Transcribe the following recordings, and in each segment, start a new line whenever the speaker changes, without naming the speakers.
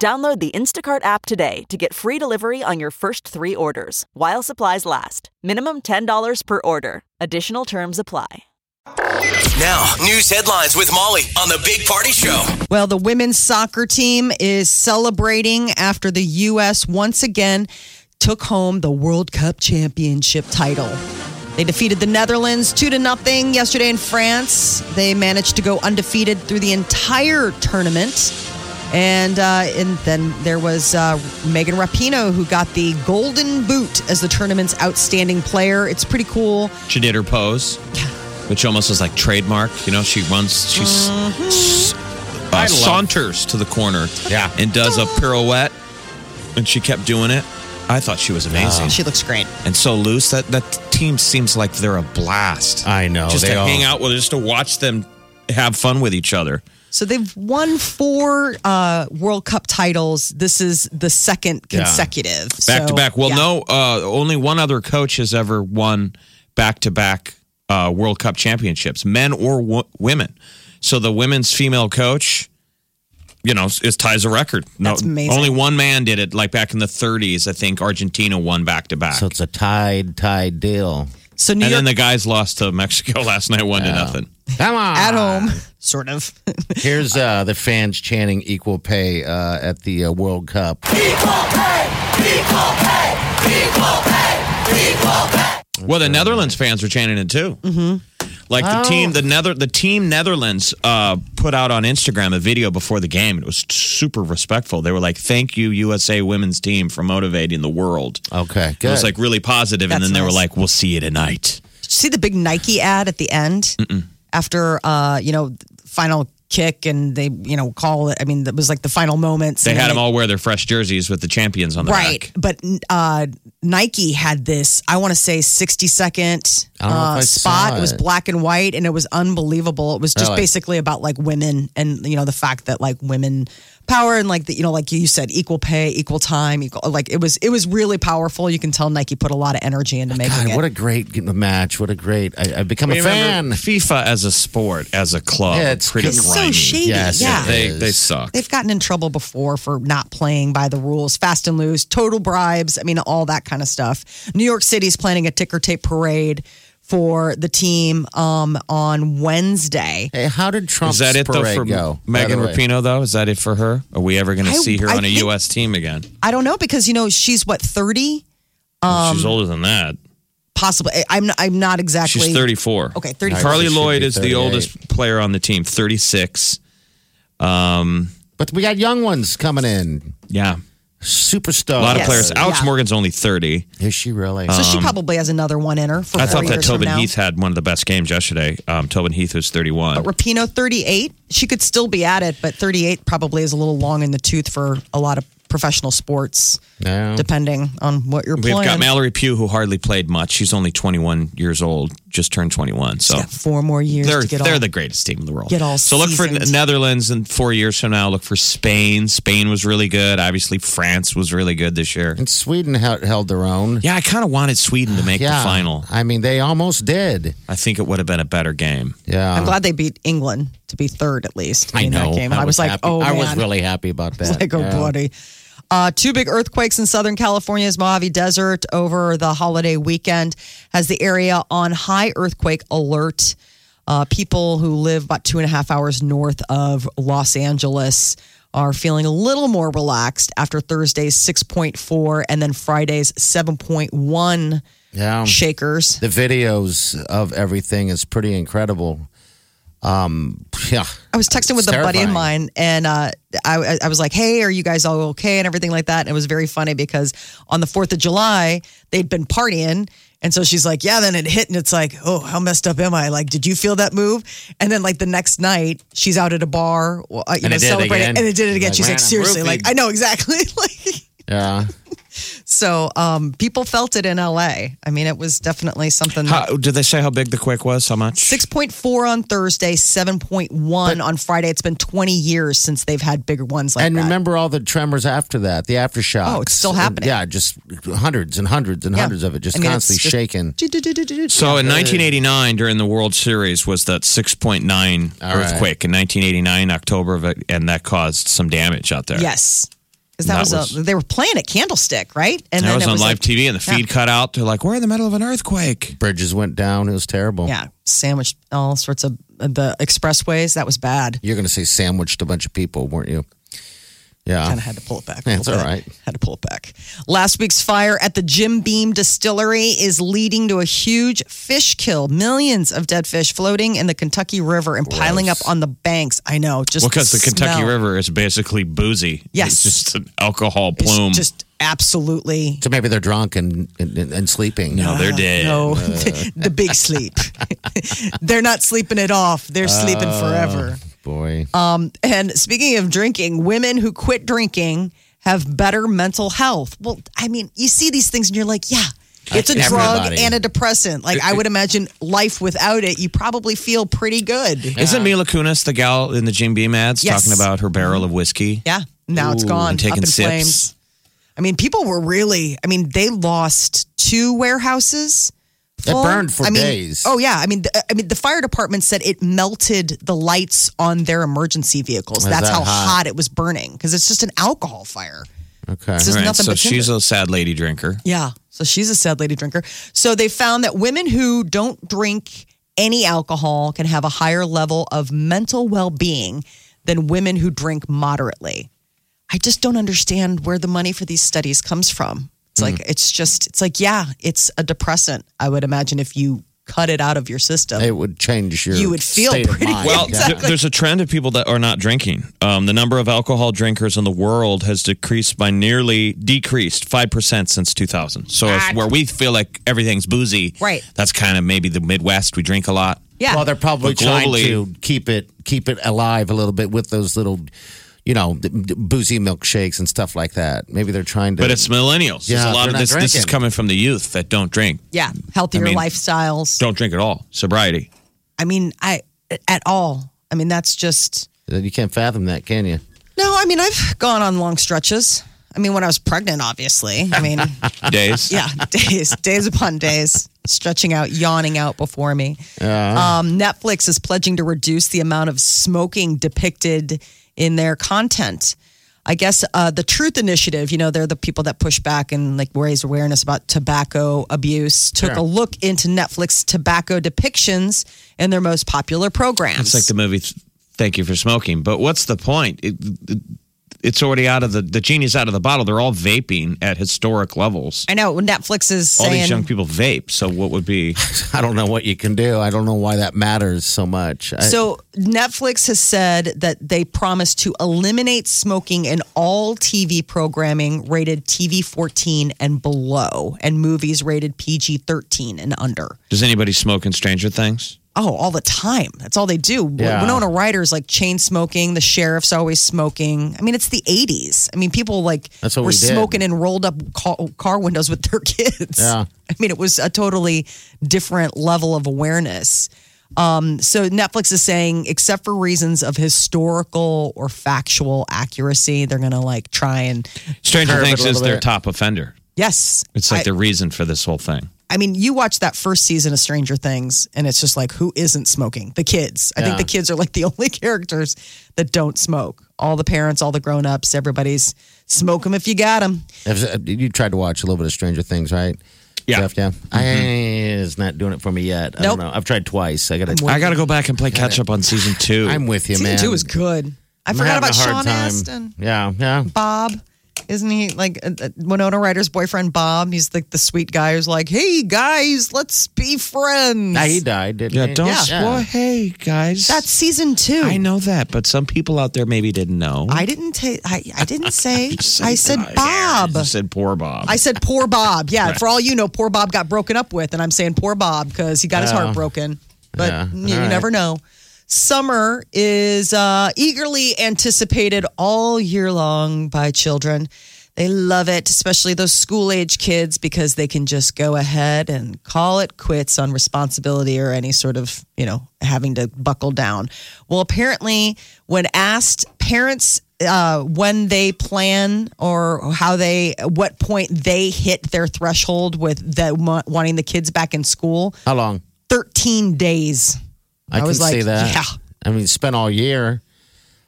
Download the Instacart app today to get free delivery on your first three orders while supplies last. Minimum $10 per order. Additional terms apply.
Now, news headlines with Molly on the Big Party Show.
Well, the women's soccer team is celebrating after the U.S. once again took home the World Cup championship title. They defeated the Netherlands 2 to nothing yesterday in France. They managed to go undefeated through the entire tournament. And, uh, and then there was uh, Megan Rapinoe who got the Golden Boot as the tournament's outstanding player. It's pretty cool.
She did her pose, which almost was like trademark. You know, she runs, she s- s- uh,
Mm-hmm. love-
saunters to the corner,
Yeah.
and does a pirouette, and she kept doing it. I thought she was amazing.
She looks great.
and so loose that that team seems like they're a blast.
I know,
Just
they
to
all-
hang out with, just to watch them have fun with each other.
So they've won four uh, World Cup titles. This is the second
Yeah.
consecutive.
back to
So,
back. Well,
yeah.
no, uh, only one other coach has ever won back to back World Cup championships, men or wo- women. So the women's female coach, you know, is ties a record. No,
That's amazing.
Only one man did it, like back in the 30s. I think Argentina won back to back.
So it's a tied, tied deal.
So New
And
York
then the guys lost to Mexico last night, one to nothing.
Come on.
at home, sort of.
Here's uh, the fans chanting equal pay uh, at the uh, World Cup.
Well, the Netherlands fans are chanting it too. Mm-hmm. Like the team, the Nether, the team Netherlands uh, put out on Instagram a video before the game. It was super respectful. They were like, "Thank you, USA Women's Team, for motivating the world."
Okay,
It
good.
was like really positive, and
That's
then they were
nice.
like, "We'll see you tonight."
See the big Nike ad at the end after uh, you know final kick, and they you know call it. I mean, that was like the final moments.
They
and
had
then
them all wear their fresh jerseys with the champions on the
Right,
back.
but uh, Nike had this. I want to say sixty second
I don't know
uh,
if I
spot.
saw
It was
it.
black and white, and it was unbelievable. It was just
Really?
basically about like women and you know the fact that like women power and like the, you know like you said equal pay, equal time, equal. Like it was it was really powerful. You can tell Nike put a lot of energy into making
God,
it.
what a great match. What a great. I, I've become a fan.
Remember, FIFA as a sport, as a club,
Yeah, it's
pretty
good.
It's so
grimy.
shady.
Yes,
Yeah.
it
They
is.
they suck.
They've gotten in trouble before for not playing by the rules, fast and loose, total bribes. I mean, all that kind of stuff. New York City's planning a ticker tape parade for the team um, on Wednesday.
Hey, how did Trump's
Is that it though
parade
for
go? by
Megan
the way?
Rapinoe? Though is that it for her? Are we ever going to
I-
see her
I
on a
think-
U.S. team again?
I don't know because you know she's what thirty,
She's older than that.
possibly. Um, I- I'm I'm not exactly.
She's 34.
Okay, 34.
Carly
She should
Lloyd
be
is the
38.
oldest player on the team, 36.
But we got young ones coming in.
Yeah.
Superstars. Uh,
A lot
Yes.
of players. Uh, Alex
Yeah.
Morgan's only 30.
Is she really?
So she probably has another one in her. For
um,
four
I thought that
years from
Tobin
now.
Heath had one of the best games yesterday. Um, Tobin Heath was 31.
Rapino 38. She could still be at it, but 38 probably is a little long in the tooth for a lot of professional sports,
no.
depending on what you're
Mm. We've
playing.
got Mallory Pugh, who hardly played much. She's only 21 years old, just turned 21. So
got four more years
they're,
to get
they're
all-
the greatest team in the world.
get all
so look for
seasoned.
Netherlands in four years from now. Look for Spain. Spain was really good. Obviously, France was really good this year.
And Sweden held, held their own.
Yeah, I kind of wanted Sweden to make the final.
I mean, they almost did.
I think it would have been a better game.
Yeah.
I'm glad they beat England to be third at least.
Oh. I
in
know.
That game. And I, was, like,
happy.
oh,
I was
man.
really happy about that.
like, oh,
Yeah.
bloody. Uh, two big earthquakes in Southern California's Mojave Desert over the holiday weekend has the area on high earthquake alert. Uh, people who live about two and a half hours north of Los Angeles are feeling a little more relaxed after Thursday's 6.4 and then Friday's 7.1
Yeah.
shakers.
The videos of everything is pretty incredible. Um, yeah.
I was texting with
It's
a buddy of mine,
terrifying.
and uh, I, I was like, "Hey, are you guys all okay?" and everything like that. And it was very funny because on the Fourth of July, they'd been partying, and so she's like, "Yeah." Then it hit, and it's like, "Oh, how messed up am I?" Like, did you feel that move? And then like the next night, she's out at a bar, uh, you
And
know,
it did it
celebrating,
again.
and it did it again.
Like,
she's
man,
like,
I'm
"Seriously, like
roofied."
I know exactly." like,
Yeah.
So um, people felt it in LA. I mean, it was definitely something. that-
How, did they say how big the quake was? How much?
6.4 on Thursday, 7.1 on Friday. It's been 20 years since they've had bigger ones like
and
that.
remember all the tremors after that, the aftershocks.
Oh, it's still
And,
happening.
yeah, just hundreds and hundreds and
Yeah.
hundreds of it, just
I mean, it's
constantly
just-
shaking.
So in 1989, during the World Series, was that 6.9
All right.
earthquake in 1989 October of it, and that caused some damage out there.
Yes. Because that,
That
was, a,
was-
they were playing at Candlestick, right? And
and I was
it
on live
like-
TV, and the feed
Yeah.
cut out. They're like, "We're in the middle of an earthquake."
Bridges went down. It was terrible.
Yeah, sandwiched all sorts of the expressways. That was bad.
You're going to say sandwiched a bunch of people, weren't you? Yeah.
Kind of had to pull it back. a
Yeah, it's
little
all
bit.
right.
Had to pull it back. Last week's fire at the Jim Beam Distillery is leading to a huge fish kill. Millions of dead fish floating in the Kentucky River and piling up on the banks. I know. Just
Well, because the Kentucky
smell.
River is basically boozy.
Yes.
it's just an alcohol
It's
plume.
just absolutely uh,
So maybe they're drunk and and, and sleeping.
no, they're dead.
no.
Uh.
the big sleep. They're not sleeping it off. They're sleeping
Uh.
forever.
Oh, Boy.
Um, And speaking of drinking, women who quit drinking have better mental health. Well, I mean, you see these things and you're like, yeah, it's a drug
Everybody.
and a depressant. Like, I would imagine life without it, you probably feel pretty good.
Isn't Mila Kunis the gal in the Jim Beam ads
Yes.
talking about her barrel of whiskey?
Yeah. Now it's
Ooh,
gone.
and taking
up in
sips.
flames. I mean, people were really, I mean, they lost two warehouses.
It
full.
burned for
I mean,
days.
Oh yeah, I mean, the, I mean, the fire department said it melted the lights on their emergency vehicles.
Is
That's
that
how
hot?
hot it was burning because it's just an alcohol fire.
okay.
It's just
Right,
nothing
so
but
she's
tinder.
a sad lady drinker.
Yeah. So she's a sad lady drinker. So they found that women who don't drink any alcohol can have a higher level of mental well being than women who drink moderately. I just don't understand where the money for these studies comes from. It's like, it's just, it's like, yeah, it's a depressant. I would imagine if you cut it out of your system.
It would change your.
You would feel
state of
pretty
mind.
Well,
Yeah.
th- there's a trend of people that are not drinking. Um, the number of alcohol drinkers in the world has decreased by nearly decreased five percent since 2000. So if, where we feel like everything's boozy,
Right.
That's kind of maybe the Midwest. We drink a lot.
yeah.
Well, they're probably
But
trying
globally-
to keep it keep it alive a little bit with those little, you know, d- d- boozy milkshakes and stuff like that. Maybe they're trying to.
But it's millennials. There's
Yeah,
a lot of
they're not
this. This is
drinking.
coming from the youth that don't drink.
yeah. Healthier
I mean-
lifestyles.
Don't drink at all. Sobriety.
I mean, I, at all. I mean, that's just,
you can't fathom that, can you?
No, I mean I've gone on long stretches. I mean when I was pregnant, obviously. I mean,
Days.
yeah, days, days upon days, stretching out, yawning out before me.
Uh-huh.
Um, Netflix is pledging to reduce the amount of smoking depicted in their content. I guess uh, the Truth Initiative, you know, they're the people that push back and like raise awareness about tobacco abuse. Took a look into Netflix tobacco depictions in their most popular programs.
It's like the movie th- Thank You for Smoking. But what's the point? It, it, it's already out of the the genie's out of the bottle. They're all vaping at historic levels.
I know Netflix is
All
saying
these young people vape. So what would be?
I don't know what you can do. I don't know why that matters so much. I,
So Netflix has said that they promise to eliminate smoking in all TV programming rated TV 14 and below and movies rated PG 13 and under.
Does anybody smoke in Stranger Things?
Oh, all the time. That's all they do.
Yeah.
Winona Ryder's like chain smoking. The sheriff's always smoking. I mean, it's the 80s. I mean, people like
That's what
were
we did.
smoking in rolled up car, car windows with their kids.
Yeah.
I mean, it was a totally different level of awareness. Um, so Netflix is saying, except for reasons of historical or factual accuracy, they're going to like try and,
Stranger
Curve it a
Things is
little
their
bit.
top offender.
yes.
It's like
I,
the reason for this whole thing.
I mean, you watch that first season of Stranger Things, and it's just like, who isn't smoking? The kids. I think
Yeah.
the kids are like the only characters that don't smoke. All the parents, all the grown ups, everybody's smoke them if you got them.
If- uh, you tried to watch a little bit of Stranger Things, right?
Yeah. Mm-hmm.
Jeff, yeah. I it's not doing it for me yet. I
Nope.
don't know. I've tried twice. I got
I got to go back and play catch up on season two.
I'm with you,
Season
man.
two is good. I
I'm
forgot
having
about
a hard
Sean
time.
Astin.
Yeah, yeah.
Bob. Isn't he like uh, uh, Winona Ryder's boyfriend, Bob? He's like the sweet guy who's like, hey guys, let's be friends.
Now he died, didn't
yeah,
he?
don't.
Yeah.
Well, hey guys,
That's season two.
I know that, but some people out there maybe didn't know.
I didn't take. I, I didn't say.
Some
I said
guys.
Bob.
You said poor Bob.
I said poor Bob. Yeah, for all you know, poor Bob got broken up with, and I'm saying poor Bob because he got his heart broken. But
Yeah,
you, you
all right.
never know. Summer is uh, eagerly anticipated all year long by children. They love it, especially those school age kids, because they can just go ahead and call it quits on responsibility or any sort of, you know, having to buckle down. Well, apparently, when asked, parents uh, when they plan or how they, what point they hit their threshold with the, wa- wanting the kids back in school.
How long?
13 days.
I,
was
can
like,
see that. Um,
yeah.
I mean, spent all year.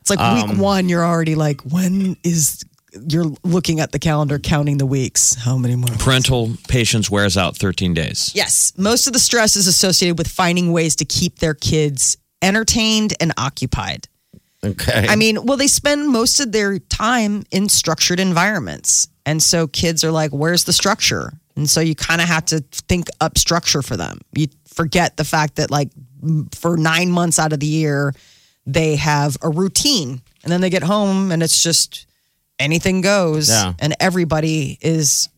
It's like week one, you're already like, when is, you're looking at the calendar, counting the weeks. How many more?
Parental patience wears out 13 days.
Yes. Most of the stress is associated with finding ways to keep their kids entertained and occupied.
Okay.
I mean, well, they spend most of their time in structured environments. And so kids are like, where's the structure? And so you kind of have to think up structure for them. You forget the fact that, like, m- for nine months out of the year, they have a routine. And then they get home and it's just anything goes.
Yeah.
And everybody is,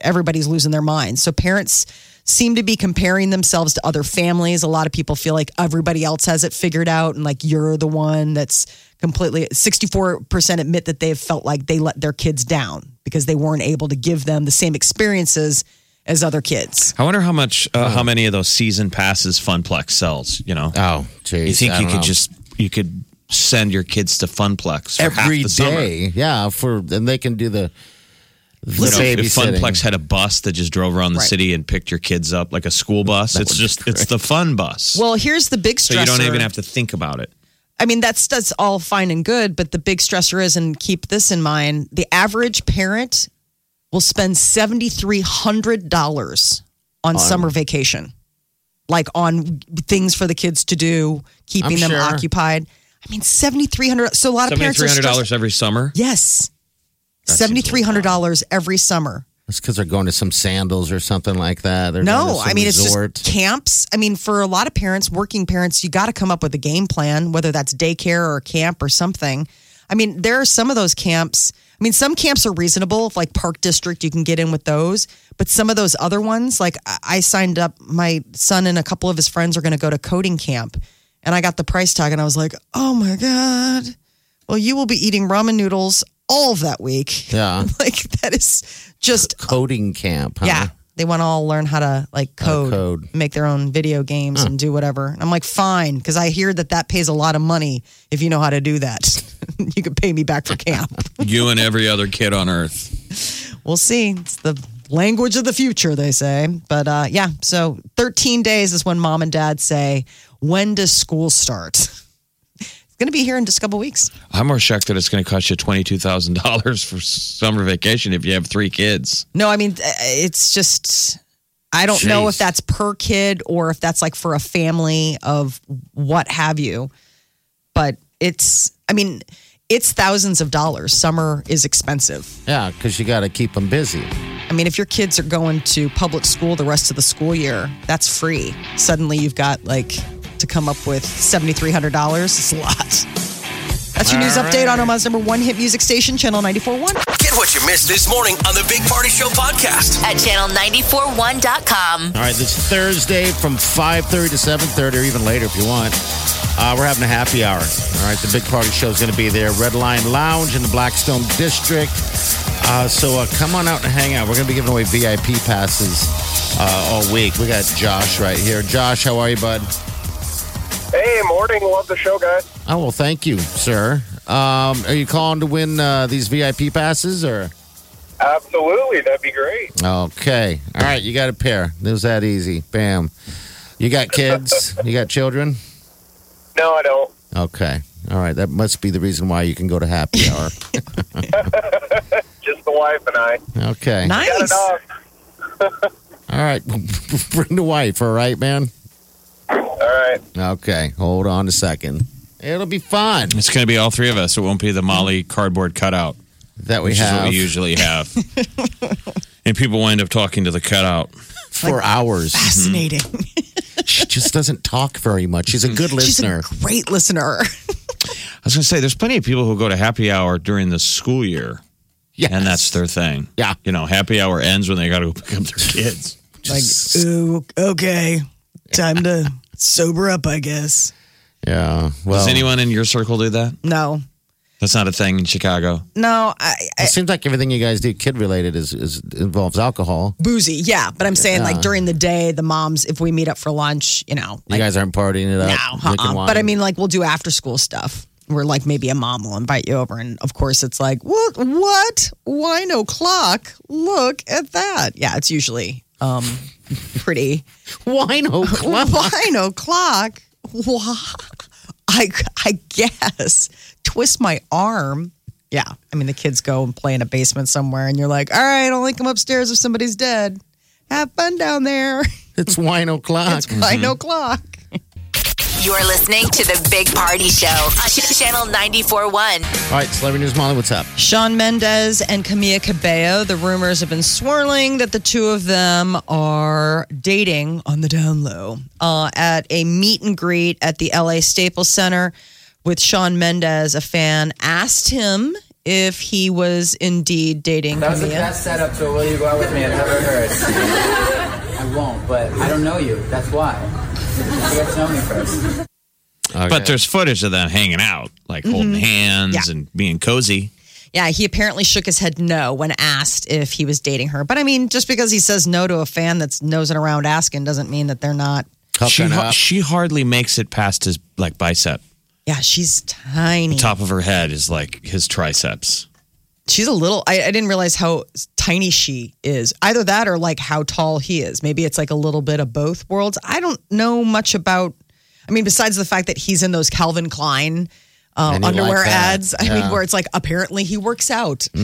everybody's losing their minds. So parents seem to be comparing themselves to other families. A lot of people feel like everybody else has it figured out and like you're the one that's completely 64% admit that they've felt like they let their kids down because they weren't able to give them the same experiences as other kids.
I wonder how much, uh, how many of those season passes Funplex sells, you know?
oh, geez.
you think
I
you
don't
could
know.
just, you could send your kids to Funplex for half
every
the summer.
day. Yeah, for and they can do the, the
You know, if
babysitting.
Funplex had a bus that just drove around the
Right.
city and picked your kids up like a school bus, it's just it's the fun bus.
Well, here's the big
so
stressor.
you don't even have to think about it.
I mean, that's that's all fine and good, but the big stressor is, and keep this in mind: the average parent will spend seventy three hundred dollars on, summer vacation, like on things for the kids to do, keeping
I'm
them
sure.
occupied. I mean, seventy three hundred. So a lot of
Seventy
parents
three
are
hundred
stressed.
dollars every summer.
Yes, seventy three hundred dollars every summer.
It's because they're going to some sandals or something like that. They're going
No,
to some
I mean
resort.
it's just camps. I mean, for a lot of parents, working parents, you got to come up with a game plan, whether that's daycare or camp or something. I mean, there are some of those camps. I mean, some camps are reasonable, like Park District, you can get in with those. But some of those other ones, like I I signed up, my son and a couple of his friends are going to go to coding camp, and I got the price tag, and I was like, oh my god, well, you will be eating ramen noodles all of that week.
Yeah.
like that is just
coding camp. Huh?
yeah. They want to all learn Uh-huh. how to like code, Hmm.
code.
make their own video games and do whatever. And I'm like, fine, because I hear that that pays a lot of money if you know how to do that. you could pay me back for camp.
You and every other kid on earth.
we'll see. It's the language of the future, they say. But uh, yeah, so 13 days is when mom and dad say, when does school start? It's going to be here in just a couple weeks.
I'm more shocked that it's going to cost you twenty two thousand dollars for summer vacation if you have three kids.
No, I mean uh, it's just I don't know if
Jeez.
that's per kid or if that's like for a family of what have you. But it's I mean it's thousands of dollars. Summer is expensive.
yeah, because you got to keep them busy.
I mean, if your kids are going to public school the rest of the school year, that's free. Suddenly you've got like to come up with $7,300. It's a lot. That's your news update on Omaha's number one hit music station, Channel 94.1.
Get what you missed this morning on the Big Party Show podcast.
at channel941.com.
All right, this Thursday from 5.30 to 7.30 or even later if you want. Uh, we're having a happy hour. All right, the big party show is going to be there. Red Lion Lounge in the Blackstone District. Uh, so uh, come on out and hang out. We're going to be giving away VIP passes uh, all week. We got Josh right here. Josh, how are you, bud?
Hey, morning. Love the show, guys.
Oh, well, thank you, sir. Um, are you calling to win uh, these VIP passes or?
Absolutely. That'd be great.
Okay. All right, you got a pair. It was that easy. Bam. You got kids? you got children?
No, I don't.
Okay. All right. That must be the reason why you can go to happy hour.
Just the wife and I.
okay.
Got
Nice.
enough.
all right. Bring the wife. All right, man.
All right.
Okay. Hold on a second. It'll be fun
It's going to be all three of us. It won't be the Molly cardboard cutout,
that we
which is what
have
we usually have. and people wind up talking to the cutout.
for hours.
Fascinating.
She just doesn't talk very much. She's a good
She's
listener.
a great listener.
I was going to say, there's plenty of people who go to happy hour during the school year,
Yes.
and that's their thing.
Yeah.
you know, happy hour ends when they got to go pick up their kids.
like, ooh, okay, time to sober up, I guess.
yeah. Well,
Does anyone in your circle do that?
No.
That's not a thing in Chicago.
No, I, I
It seems like everything you guys do kid related is, is involves alcohol.
boozy. Yeah, but I'm saying like during the day, the moms, if we meet up for lunch, you know,
You
like
guys aren't partying it up.
no,
drinking
uh-uh.
wine.
but I mean like we'll do after school stuff. Where like maybe a mom will invite you over, and of course it's like what what why no clock? Look at that. Yeah, it's usually um pretty.
wine o'clock.
Wine o'clock. Wha- I I guess twist my arm. Yeah, I mean the kids go and play in a basement somewhere, and you're like, all right, only come upstairs if somebody's dead. Have fun down there.
It's wine o'clock.
It's wine o'clock.
You're listening to the Big Party Show on Ch- Channel 941.
All right, celebrity news, Molly. What's up?
Sean Mendez and Camilla Cabello. The rumors have been swirling that the two of them are dating on the down low uh, at a meet and greet at the LA Staples Center with Sean Mendez. A fan asked him if he was indeed dating
That was the
Camilla.
best setup to a Will You Go Out With Me I've ever heard. I won't, but I don't know you. That's why. You get to know me first.
But there's footage of them hanging out, like holding hands
Mm-hmm. Yeah.
and being cozy.
Yeah, he apparently shook his head no when asked if he was dating her. But I mean, just because he says no to a fan that's nosing around asking doesn't mean that they're not.
She,
Hooking
har-
up.
she hardly makes it past his like bicep.
Yeah, she's tiny.
Top of her head is like his triceps.
She's a little. I, I didn't realize how tiny she is. Either that, or like how tall he is. Maybe it's like a little bit of both worlds. I don't know much about. I mean, besides the fact that he's in those Calvin Klein uh,
And he
underwear
like that. Mm-hmm.
ads. I mean, where it's like apparently he works out.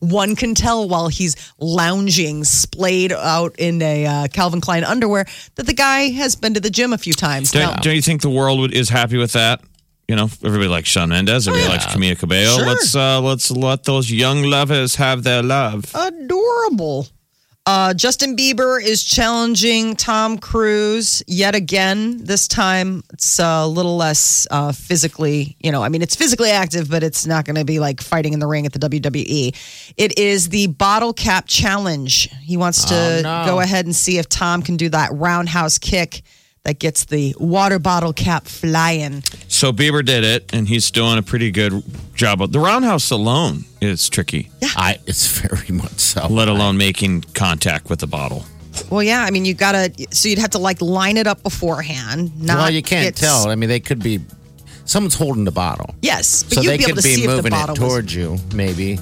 One can tell while he's lounging, splayed out in a uh, Calvin Klein underwear, that the guy has been to the gym a few times.
Don't,
Now-
don't you think the world would, is happy with that? You know, everybody likes Sean Mendez. Everybody likes Camila Cabello.
Oh, Sure.
Let's uh, let's let those young lovers have their
Oh.
love.
adorable. Uh, Justin Bieber is challenging Tom Cruise yet again. This time, it's a little less uh, physically, you know. I mean, it's physically active, but it's not going to be like fighting in the ring at the WWE. It is the bottle cap challenge. He wants to
Oh,
go ahead and see if Tom can do that roundhouse kick that gets the water bottle cap flying.
So Bieber did it, and he's doing a pretty good job. of- The roundhouse alone is tricky,
I. It's very much so.
let alone making contact with the bottle.
Well, yeah, I mean, you gotta. So you'd have to like line it up beforehand. Not
well, you can't
get
tell. I mean, they could be. Someone's holding the bottle.
Yes, but
so
you'd
they
be able
could
to
be
see if the
moving
bottle
it
was.
towards you, maybe.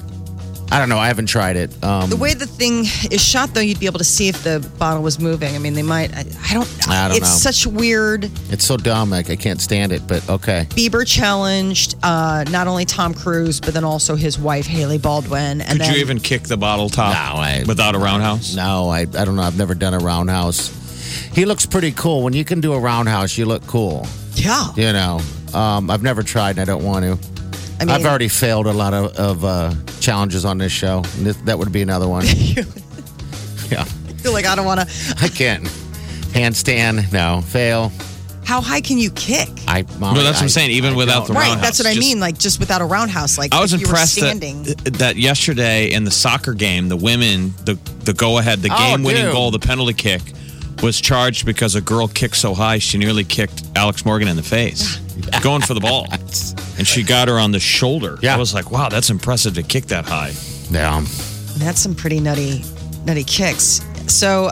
I don't know. I haven't tried it. Um,
The way the thing is shot, though, you'd be able to see if the bottle was moving. I mean, they might. I, I don't.
I don't
it's
know.
such weird.
it's so dumb. Like, I can't stand it, but okay.
Bieber challenged uh, not only Tom Cruise, but then also his wife Haley Baldwin. And
Could
then
you even kick the bottle top
No, I-
without a roundhouse?
No, I, I don't know. I've never done a roundhouse. He looks pretty cool. When you can do a roundhouse, you look cool.
yeah,
You know, um, I've never tried and I don't want to.
I mean,
I've already failed a lot of, of uh, challenges on this show. And this- that would be another one. yeah,
I feel like I don't want to.
I can't. Handstand, no. Fail.
How high can you kick?
I. Molly,
No, that's what
I-
I'm saying. Even
I
without
don't
the
know.
right,
roundhouse,
that's what I
just-
mean. Like just without a roundhouse, like
I was
if you
impressed
were standing.
that, uh, that yesterday in the soccer game, the women, the the go ahead, the
Oh,
game winning
dude.
goal, the penalty kick, was charged because a girl kicked so high she nearly kicked Alex Morgan in the face, going for the ball, and she got her on the shoulder.
Yeah.
I was like, wow, that's impressive to kick that high.
Yeah.
That's some pretty nutty, nutty kicks. So uh,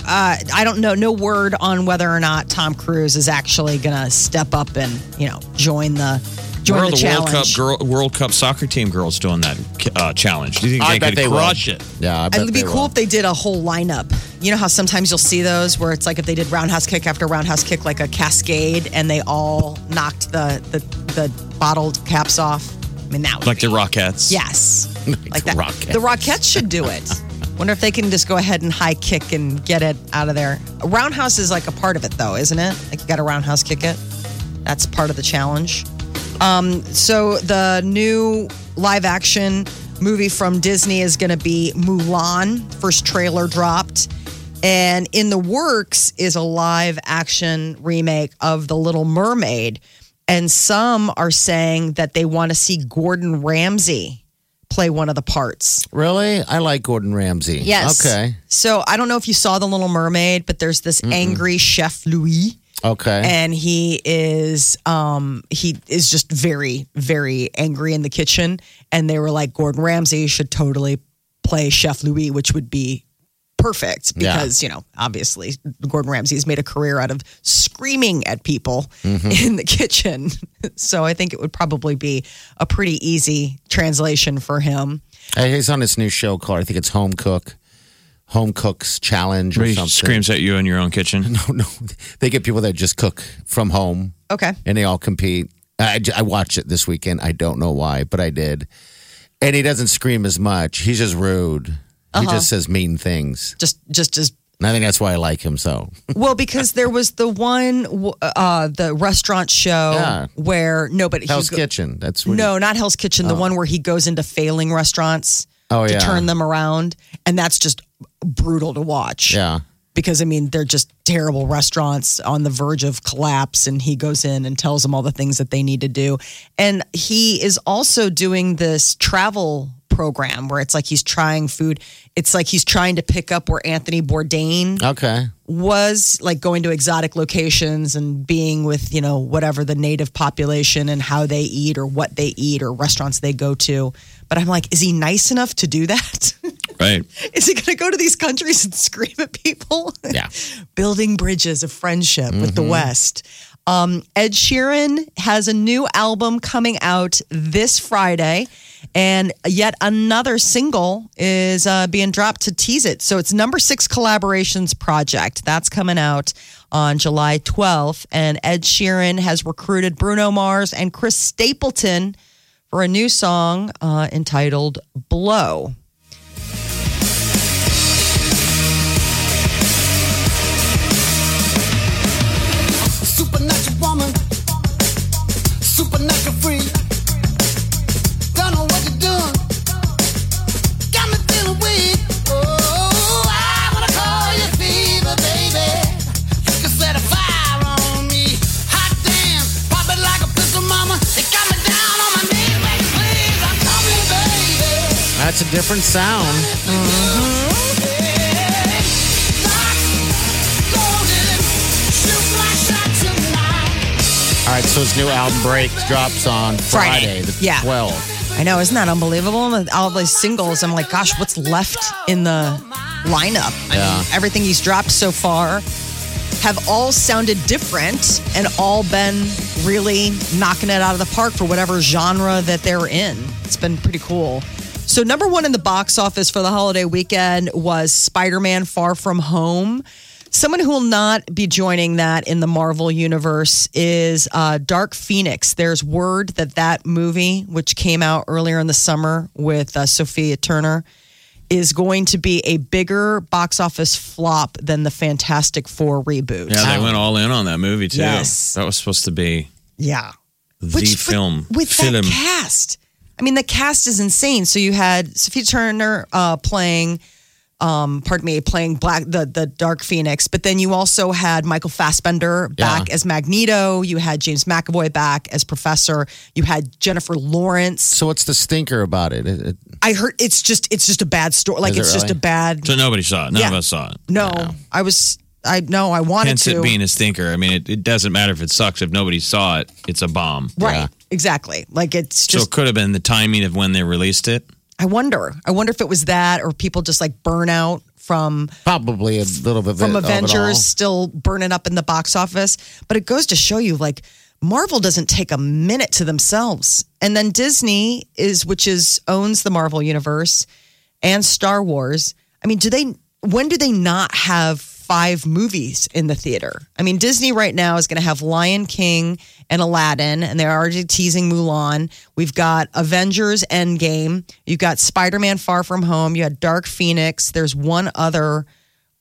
I don't know, no word on whether or not Tom Cruise is actually going to step up and you know join the join
Where are
the,
the, World
challenge.
Cup girl, World Cup soccer team girls doing that uh, challenge? Do you think
I
they
bet
could
they will.
crush it?
Yeah, I bet
It'd be
they
cool
will.
if they did a whole lineup. You know how sometimes you'll see those where it's like if they did roundhouse kick after roundhouse kick, like a cascade, and they all knocked the the, the bottled caps off. I mean that would
Like
be,
the Rockettes?
yes, like that.
Rockettes.
The Rockettes should do it. Wonder if they can just go ahead and high kick and get it out of there. A roundhouse is like a part of it, though, isn't it? Like you got to roundhouse kick it. That's part of the challenge. Um, so the new live action movie from Disney is going to be Mulan. First trailer dropped. And in the works is a live action remake of The Little Mermaid. And some are saying that they want to see Gordon Ramsay play one of the parts.
Really? I like Gordon Ramsay.
Yes.
Okay.
So I don't know if you saw The Little Mermaid, but there's this angry Chef Louis
Okay.
and he is um he is just very very angry in the kitchen and they were like gordon ramsay should totally play chef louis which would be perfect
Yeah.
because you know obviously gordon ramsay has made a career out of screaming at people
Mm-hmm.
in the kitchen so i think it would probably be a pretty easy translation for him
Hey, he's on this new show called I think it's Home Cook, Home Cooks Challenge or
He
something. Oh,
screams at you in your own kitchen.
No, no, they get people that just cook from home
okay
and they all compete. I, I watched it this weekend. I don't know why, but I did. And he doesn't scream as much. He's just rude. He
Uh-huh.
just says mean things.
just just just
And I think that's why I like him so.
Well, because there was the one, w- uh, the restaurant show
Yeah.
where no, but he
Hell's
go-
Kitchen. That's what
no, not Hell's Kitchen. The one where he goes into failing restaurants
Oh,
to
yeah.
turn them around, and that's just brutal to watch.
he- yeah.
because I mean they're just terrible restaurants on the verge of collapse, and he goes in and tells them all the things that they need to do, and he is also doing this travel program where it's like he's trying food. It's like he's trying to pick up where Anthony Bourdain
Okay.
was like going to exotic locations and being with you know whatever the native population and how they eat or what they eat or restaurants they go to but i'm like is he nice enough to do that
Right.
is he going to go to these countries and scream at people
Yeah.
building bridges of friendship with the west um, ed sheeran has a new album coming out this friday and yet another single is uh, being dropped to tease it so it's number six collaborations project that's coming out on july 12th and ed sheeran has recruited bruno mars and chris stapleton for a new song uh, entitled blow
Supernatural woman, supernatural freak. Don't know what you're doing. Got me feeling weak. Oh, I wanna call you fever, baby. You set a fire on me. Hot damn, pop it like a pistol, mama. It got me down on my knees, baby. Please, I'm coming, baby.
That's a different sound. All right, so his new album break drops on
Friday.
Friday, the
Yeah.
12th.
I know, isn't that unbelievable? And All these singles, I'm like, gosh, what's left in the lineup? I
Yeah.
mean, everything he's dropped so far have all sounded different and all been really knocking it out of the park for whatever genre that they're in. It's been pretty cool. So, number one in the box office for the holiday weekend was Spider Man Far From Home. Someone who will not be joining that in the Marvel universe is uh, Dark Phoenix. There's word that that movie, which came out earlier in the summer with uh, Sophia Turner, is going to be a bigger box office flop than the Fantastic Four reboot.
Yeah, they went all in on that movie too.
Yes.
That was supposed to be
Yeah.
the
Which-
film.
With, with
film.
that cast. I mean, the cast is insane. So you had Sophia Turner uh, playing, um, pardon me, playing Black the the Dark Phoenix, but then you also had Michael Fassbender back
Yeah.
as Magneto. You had James McAvoy back as Professor. You had Jennifer Lawrence.
So what's the stinker about it? It- it-
I heard it's just it's just a bad story. Like
Is it
it's just a
really?
bad.
so nobody saw it. None of
Yeah.
us saw it.
No, I was I no, I wanted
Hence
to.
it being a stinker. I mean, it, it doesn't matter if it sucks. If nobody saw it, it's a bomb.
Right. Exactly. Like it's
So
just
it could have been the timing of when they released it.
I wonder. I wonder if it was that or people just like burn out from
probably a little bit
from
of it all.
Avengers still burning up in the box office. But it goes to show you like Marvel doesn't take a minute to themselves. And then Disney is which is owns the Marvel universe and Star Wars. I mean, do they when do they not have five movies in the theater? I mean, Disney right now is going to have Lion King and Aladdin and they're already teasing Mulan. We've got Avengers Endgame, you've got Spider-Man Far From Home, you had Dark Phoenix, there's one other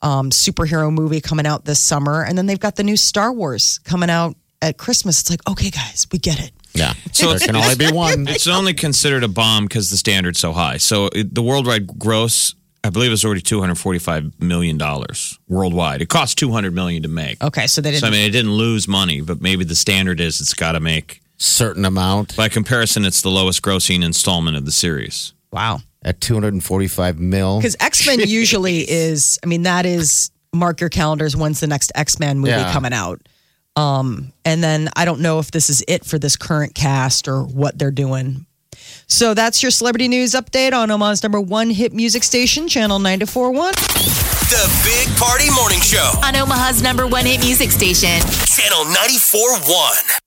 um, superhero movie coming out this summer, and then they've got the new Star Wars coming out at Christmas. It's like, okay, guys, we get it.
Yeah.
So
there
it's-
can only be one.
It's only considered a bomb because the standard's so high. So it, the worldwide gross, I believe, is already two hundred forty-five million dollars worldwide. It costs two hundred million to make.
Oh,
Okay, so they didn't.
So I mean, it didn't lose money, but maybe the standard is it's got to make.
Certain amount
By comparison, it's the lowest grossing installment of the series.
wow,
at 245 mil.
because X Men usually is. I mean, that is mark your calendars. When's the next X Men movie
Yeah.
coming out? Um, and then I don't know if this is it for this current cast or what they're doing. So that's your celebrity news update on Oman's number one hit music station, Channel 941.
The Big Party Morning Show.
On Omaha's number one hit music station.
Channel 94.1.